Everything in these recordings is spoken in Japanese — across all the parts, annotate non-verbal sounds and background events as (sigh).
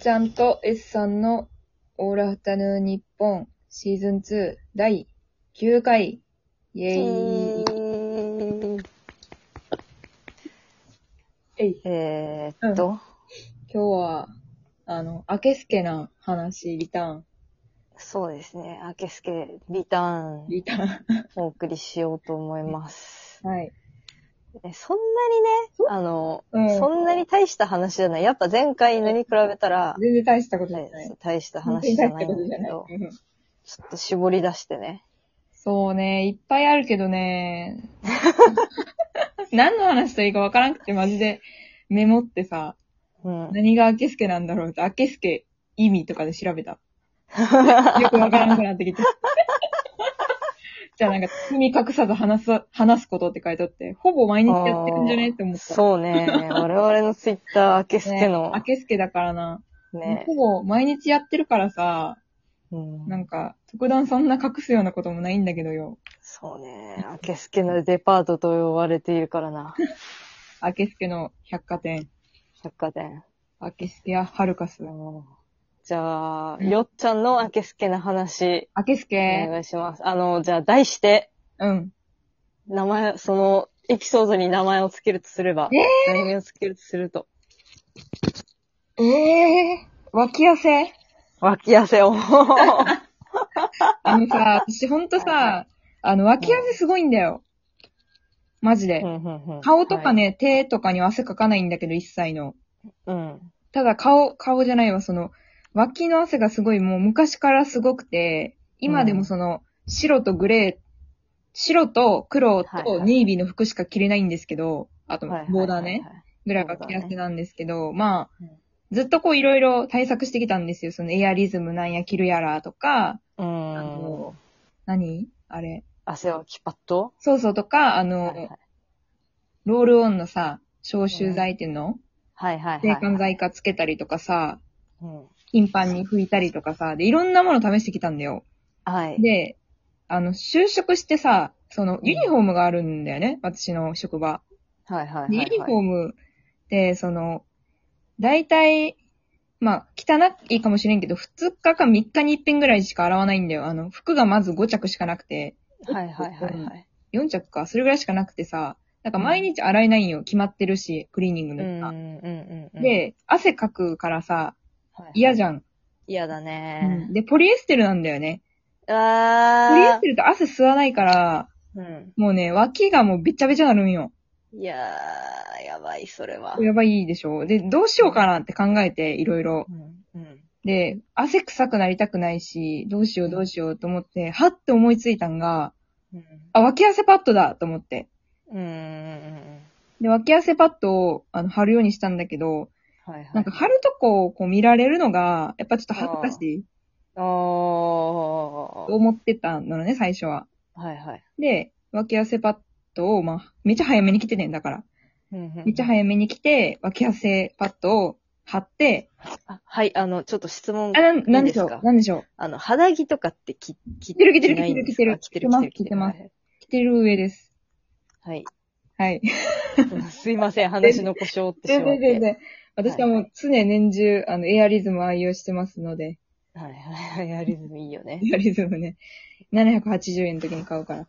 ちゃんと S さんのオールアフタヌーンニッポンシーズン2第9回。イェえイ。ーえい。えーっと、今日は、あの、明けすけな話、リターン。そうですね、あけすけリターンリター (laughs) お送りしようと思います。ン。はい。ねそんなにね、あの、うんそんなに大した話じゃない。やっぱ前回のに比べたら、全然大したことじゃねない。大した話じゃないんだけど、うんちょっと絞り出してね。そうね、いっぱいあるけど (laughs) ね。何の話といいかわからなくて、マジでメモってさ、うん。 (laughs) 何が明けすけなんだろうって、明けすけ意味とかで調べた。よくわからなくなってき (laughs) て。じゃあなんか、包み隠さず話す、話すことって書いてあって、ほぼ毎日やってるんじゃねって思った。そうね、我々のツイッター、あけすけのね、明けすけだからな。ね、ほぼ毎日やってるからさ、うんなんか、特段そんな隠すようなこともないんだけどよ。そうね、あけすけのデパートと呼ばれているからな、明けすけの百貨店、百貨店。明けすけやハルカス。あ明のじゃあ、よっちゃんのあけすけな話、けすおけ、願いします。あの、じゃあ、題して、うん。名前、その、エピソードに名前をつけるとすれば、え題名をつけるとすると、ええ脇汗脇汗 (laughs) を。あのさ、私ほんとさ、あの、脇汗すごいんだよ。マジで。顔とかね、手とかには汗かかないんだけど、一切の。はい。うん。ただ顔、顔じゃないわ、その、脇の汗がすごいもう昔からすごくて、今でもその、白とグレー、白と黒はいとはいネイビーの服しか着れないんですけど、あとはいはいはいはボーいダーね、。ぐらいが着やすなんですけど、まうあん、ずっとこういろいろ対策してきたんですよ。そのエアリズムなんや着るやらとか、うあんの。何あれ。汗はきパッとそうそうとか、あの、はいはいロールオンのさ、消臭剤っていうのはいはいはい。制汗剤かつけたりとかさ、うん。頻繁に拭いたりとかさ、で、いろんなもの試してきたんだよ。はい。で、あの、就職してさ、その、うんユニフォームがあるんだよね、私の職場。はいはいはい。でユニフォームって、その、大体、まあ、汚いかもしれんけど、2日か3日に1遍ぐらいしか洗わないんだよ。あの、服がまず5着しかなくて、はいはいはいはい。 4着か、それぐらいしかなくてさ、なんか毎日洗えないんよ、決まってるし、クリーニングうのん日が。うんうん。、で、汗かくからさ、はい嫌じゃん。嫌だうねん。で、ポリエステルなんだよね。ポリエあステルって汗吸わないから、ー。うん。もうね、脇がもうべちゃべちゃなるんよ。いやー、やばい、それは。やばいでしょ。で、どうしようかなって考えて、いろいろ。うん。うん。で、汗臭くなりたくないし、どうしようどうしようと思って、はって思いついたんが、うん。あ、脇汗パッドだと思って。うんうんうん。で、脇汗パッドをあの貼るようにしたんだけど、はいはい。なんか貼るとこをこう見られるのが、やっぱちょっと恥ずかしいおとー。思ってたのね、最初は。はいはい。で、脇汗パッドを、まあ、めっちゃ早めに来てねんだから。めっちゃい。早めに来て、脇汗パッドを貼って、あはい、あの、ちょっと質問。あ、なん、なんでしょいいですうかなんでしょうあの、肌着とかって着、着てる着てるないんですか着てる着てる着着てます着て着てる上です。ます。はい。はい。すいま (laughs) せん、話の故障ってし全まっ然て。全然。私はもう常年中、あの、エアリズムを愛用してますので、はいはいはい、やリズムいい (laughs) よね。エアリズムね、780円の時に買うから。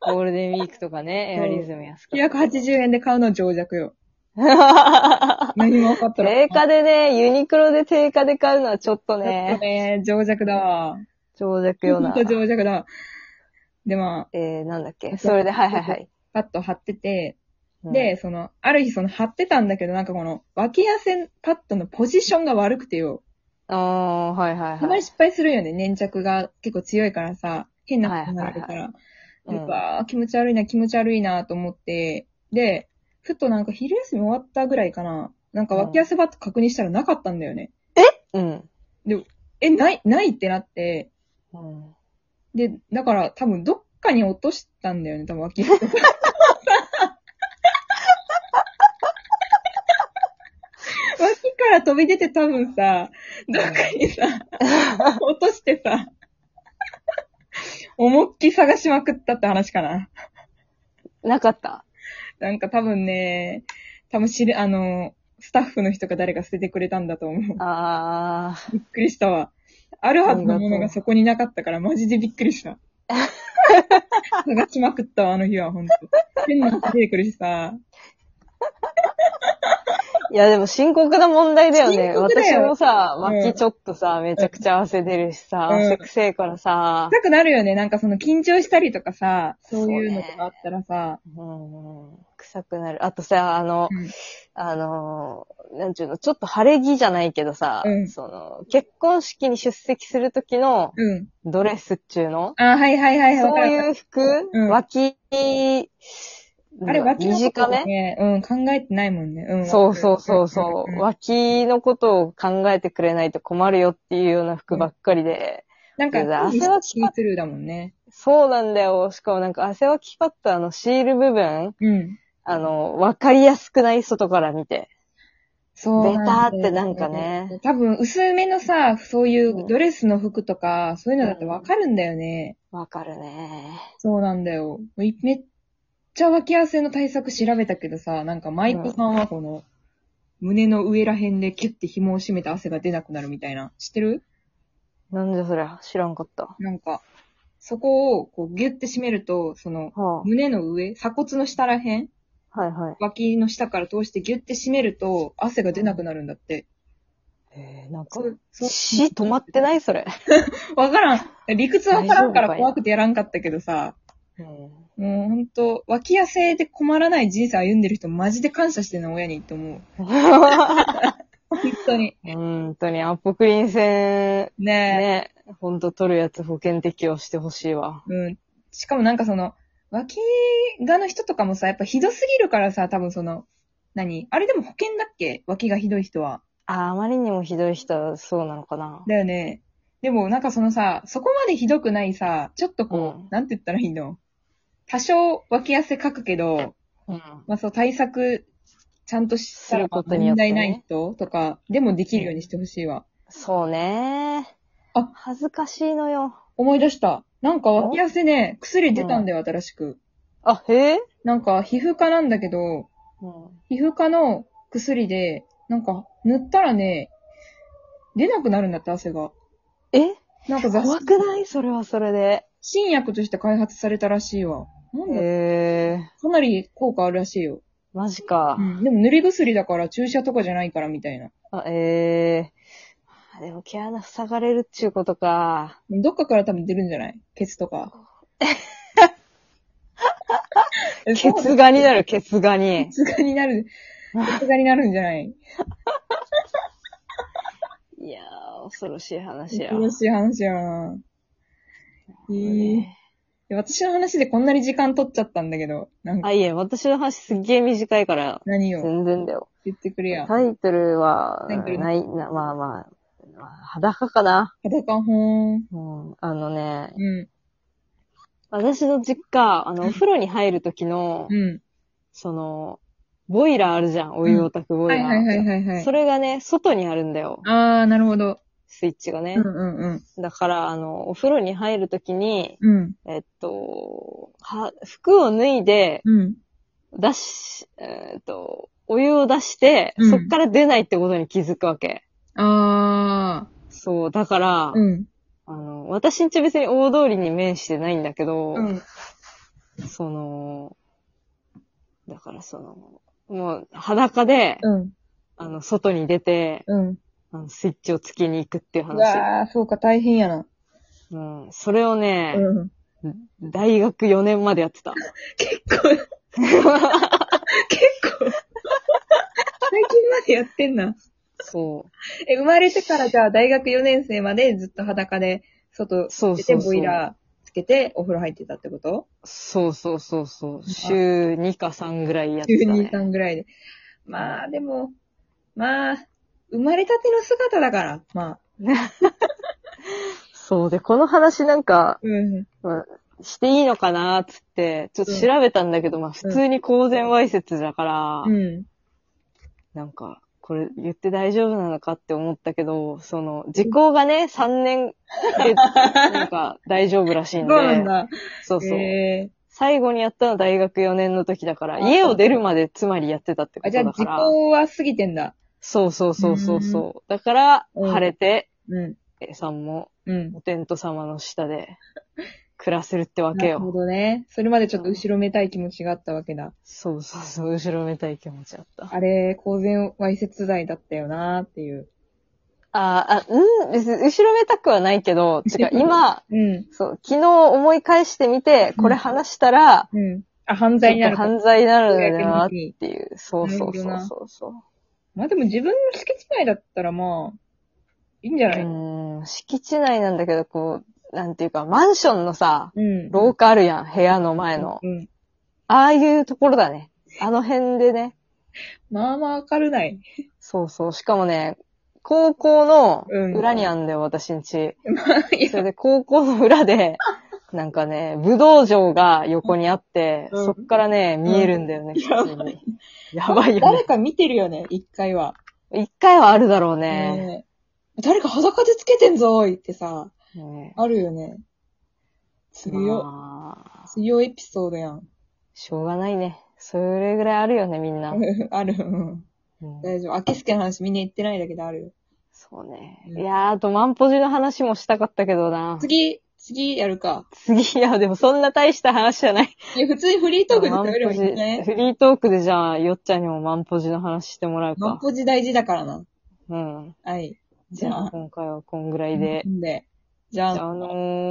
ゴールデンウィークとかね、エそうアリズム安く。 (laughs) 980円で買うのは情弱よ。何も分かったら。 (laughs) 定価でね、ユニクロで定価で買うのはちょっちょとっとね、ね、情弱だわ。長尺ようほ (laughs)。なんと情弱だわ。で、まあ、えー、なんだっけ。それで、はいはいはい。パッと貼ってて、うん (laughs) で、、その、ある日その貼ってたんだけど、なんかこの、脇汗パッドのポジションが悪くてよ。ああ、はいはいたまはにい。失敗するよね。粘着が結構強いからさ、変なことになるはかいら。うでんうわー気持ち悪いな、気持ち悪いなと思って、で、ふとなんか昼休み終わったぐらいかな、なんか脇汗バット確認したらなかったんだよね。うん。え、ない、ないってなって、うん (laughs) で、だから多分どっかに落としたんだよね、多分脇汗。 (laughs) 脇から飛び出て多分さ、どっかにさ、落としてさ、思いっきり探しまくったって話かな。なかった。なんか多分ね、多分知る、あの、スタッフの人か誰か捨ててくれたんだと思う。あー。びっくりしたわ。あるはずのものがそこになかったから、マジでびっくりした。探しまくったわ、あの日は、ほんと。変なの出てくるしさ。いや、でも深刻な問題だよね。深刻だ私よもさ、うん巻きちょっとさ、めちゃくちゃ汗出るしさ、うん汗くせえからさ。痛くなるよね。なんかその緊張したりとかさ、そういうのとかあったらさ。うん、臭くなる。あとさ、あの、うんあのー、なんちゅうの、ちょっと晴れ着じゃないけどさ、うんその、結婚式に出席するときのうん。ドレスっちゅうの、あ、はいはいはい、わそかうるわかる。いう服、うん脇、あれ、脇のこ短とめ、ね。うん、考えてないもんね。うん。そうそうそうそんう。ん脇のことを考えてくれないと困るよっていうような服ばっかりで。なんか、だから汗汗ははシーツルーだもんね。そうなんだよ。しかもなんか汗はきパッとあのシール部分、うん。あの、わかりやすくない外から見て。そうなんだよ。ベタってなんかね多分、薄めのさ、そういううんドレスの服とか、そういうのだってわかるんだよね。わかるね。そうなんだよ。いめっちゃ脇汗の対策調べたけどさ、なんか舞妓さんはこの、胸の上ら辺でキュッて紐を締めて汗が出なくなるみたいな。知ってるなんじゃそりゃ、知らんかった。なんか、そこをこうギュッて締めると、その、は胸の上、鎖骨の下ら辺あ、はいはい。脇の下から通してギュッて締めると、汗が出なくなるんだって。えー、なんかそ、う、そう死止まってないそれ。わからん。理屈わからんから怖くてやらんかったけどさ、うん、もうほんと、脇汗で困らない人生歩んでる人マジで感謝してんな、親にって (laughs) 思う。本当に。本当に、アポクリン腺、ねね、ほんと取るやつ保険適用してほしいわ。え。うん。しかもなんかその、脇がの人とかもさ、やっぱひどすぎるからさ、多分その、何あれでも保険だっけ脇がひどい人は。あ、あまりにもひどい人はそうなのかな。だよね。でもなんかそのさ、そこまでひどくないさ、ちょっとこう、うんなんて言ったらいいの多少脇汗かくけど、うん。まあそう、対策、ちゃんとしたらすることによってね問題ない人とか、でもできるようにしてほしいわ。そうね。あ恥ずかしいのよ。思い出した。なんか脇汗ね、薬出たんだよ、新しく。あ、へえ、なんか、皮膚科なんだけど、うん、皮膚科の薬で、なんか、塗ったらね、出なくなるんだって、汗が。えなんか雑怖くないそれはそれで。新薬として開発されたらしいわ。なんだへえ、かなり効果あるらしいよ。マジか。うん。でも塗り薬だから注射とかじゃないからみたいな。あ、ええー。でも毛穴塞がれるっちゅうことか。どっかから多分出るんじゃないケツと (laughs) か。えケそうツガになる、ケツガにケ。ツがになる。ケツがになるんじゃないいやー、恐ろしい話や。楽しい話やなえーねで私の話でこんなに時間取っちゃったんだけど、なんか、あ、いえ、私の話すっげー短いから、何を全然だよ。言ってくれや。タイトルは、タイトルない、なまあまあ、まあ裸かな。裸ほーん。うん、あのね、うん、私の実家、あの、お風呂に入る時の、うその、ボイラーあるじゃん、お湯を炊くん。ボはイいラー。はいはいはいはい。それがね、外にあるんだよ、あー、なるほど。スイッチがね。うんうんうん。だから、あの、お風呂に入るときに、うん、えっと、は、服を脱いで、うん。出し、えっと、お湯を出してうん、そっから出ないってことに気づくわけ。あそう、だからー、、うん。あの、私んち別に大通りに面してないんだけど、うん。その、だからその、もう裸で、うん。あの、外に出て、うん。あのスイッチをつけに行くっていうう話。わー、そうか、大変やな。うん、それをね、うん。大学4年までやっ (laughs) てた。結構、結構、最近までやってんな。そう。え、生まれてからじゃあ大学4年生までずっと裸で外そう出てそうそうボイラーつけてお風呂入ってたってことそうそうそうそう。週2か3ぐらいやってた、 12、ね。 3ぐらいで。まあでも、まあ、生まれたての姿だから、まあ。そうで、この話なんか、うん。まあしていいのかなーっつって、ちょっと調べたんだけど、まあ普通に公然わいせつだから、うん。なんか、これ言って大丈夫なのかって思ったけど、その、時効がね、3年で、なんか大丈夫らしいそうんで、なんだ。そうそう、え最後にやったのは大学4年の時だから、あ家を出るまでつまりやってたってこあ、とじゃあだ時から。効は過ぎてんだ。そうそうそうそうそう。だから、うん晴れて、うん。 A さんも、うん。お天道様の下で、暮らせるってわなけるほよ。どね。それまでちょっと後ろめたい気持ちがあったわけだ。そうそうそう、後ろめたい気持ちあった。あれ、公然わいせつ罪だったよなーっていう。あーあ、うん、別に後ろめたくはないけど、違 (laughs) う、今、うん。そう、昨日思い返してみて、これ話したら、うん。あ、犯罪にちなょっるとか。犯罪になるんだなっ公にていう。そうそうそうそうそう。まあでも自分の敷地内だったらまあ、いいんじゃないううん。ーん、敷地内なんだけど、こう、なんていうか、マンションのさ、廊下あるやん、部屋の前の。うん。ああいうところだね。あの辺でね。まあまあわかる (laughs) ない。そうそう。しかもね、高校のうん裏にあんだよ、私んち。いやそれで高校の裏で、 (laughs) なんかね、武道場が横にあって、うんそっからね、見えるんだよね、普通に。やばいよね。 (laughs) 誰か見てるよね、一回は。一回はあるだろうね。ねえ誰か裸でつけてんぞーいってさ、ねあるよね。強、まあ強いエピソードやん。 (laughs) しょうがないね。それぐらいあるよね、みんな。ある。うんうん大丈夫。あけすけの話みんな言ってないだけであるよ。そうね。うんいやー、あと万歩寺の話もしたかったけどな。次、次やるか。次、いや、でもそんな大した話じゃない。いや、普通にフリートークで喋ればいいんじゃ万歩寺ね。フリートークでじゃあ、よっちゃんにも万歩寺の話してもらうマッか。ポ時大事だからな。うん。はい。じゃあ、今回はこんぐらいで。で、じゃじゃああ、あのー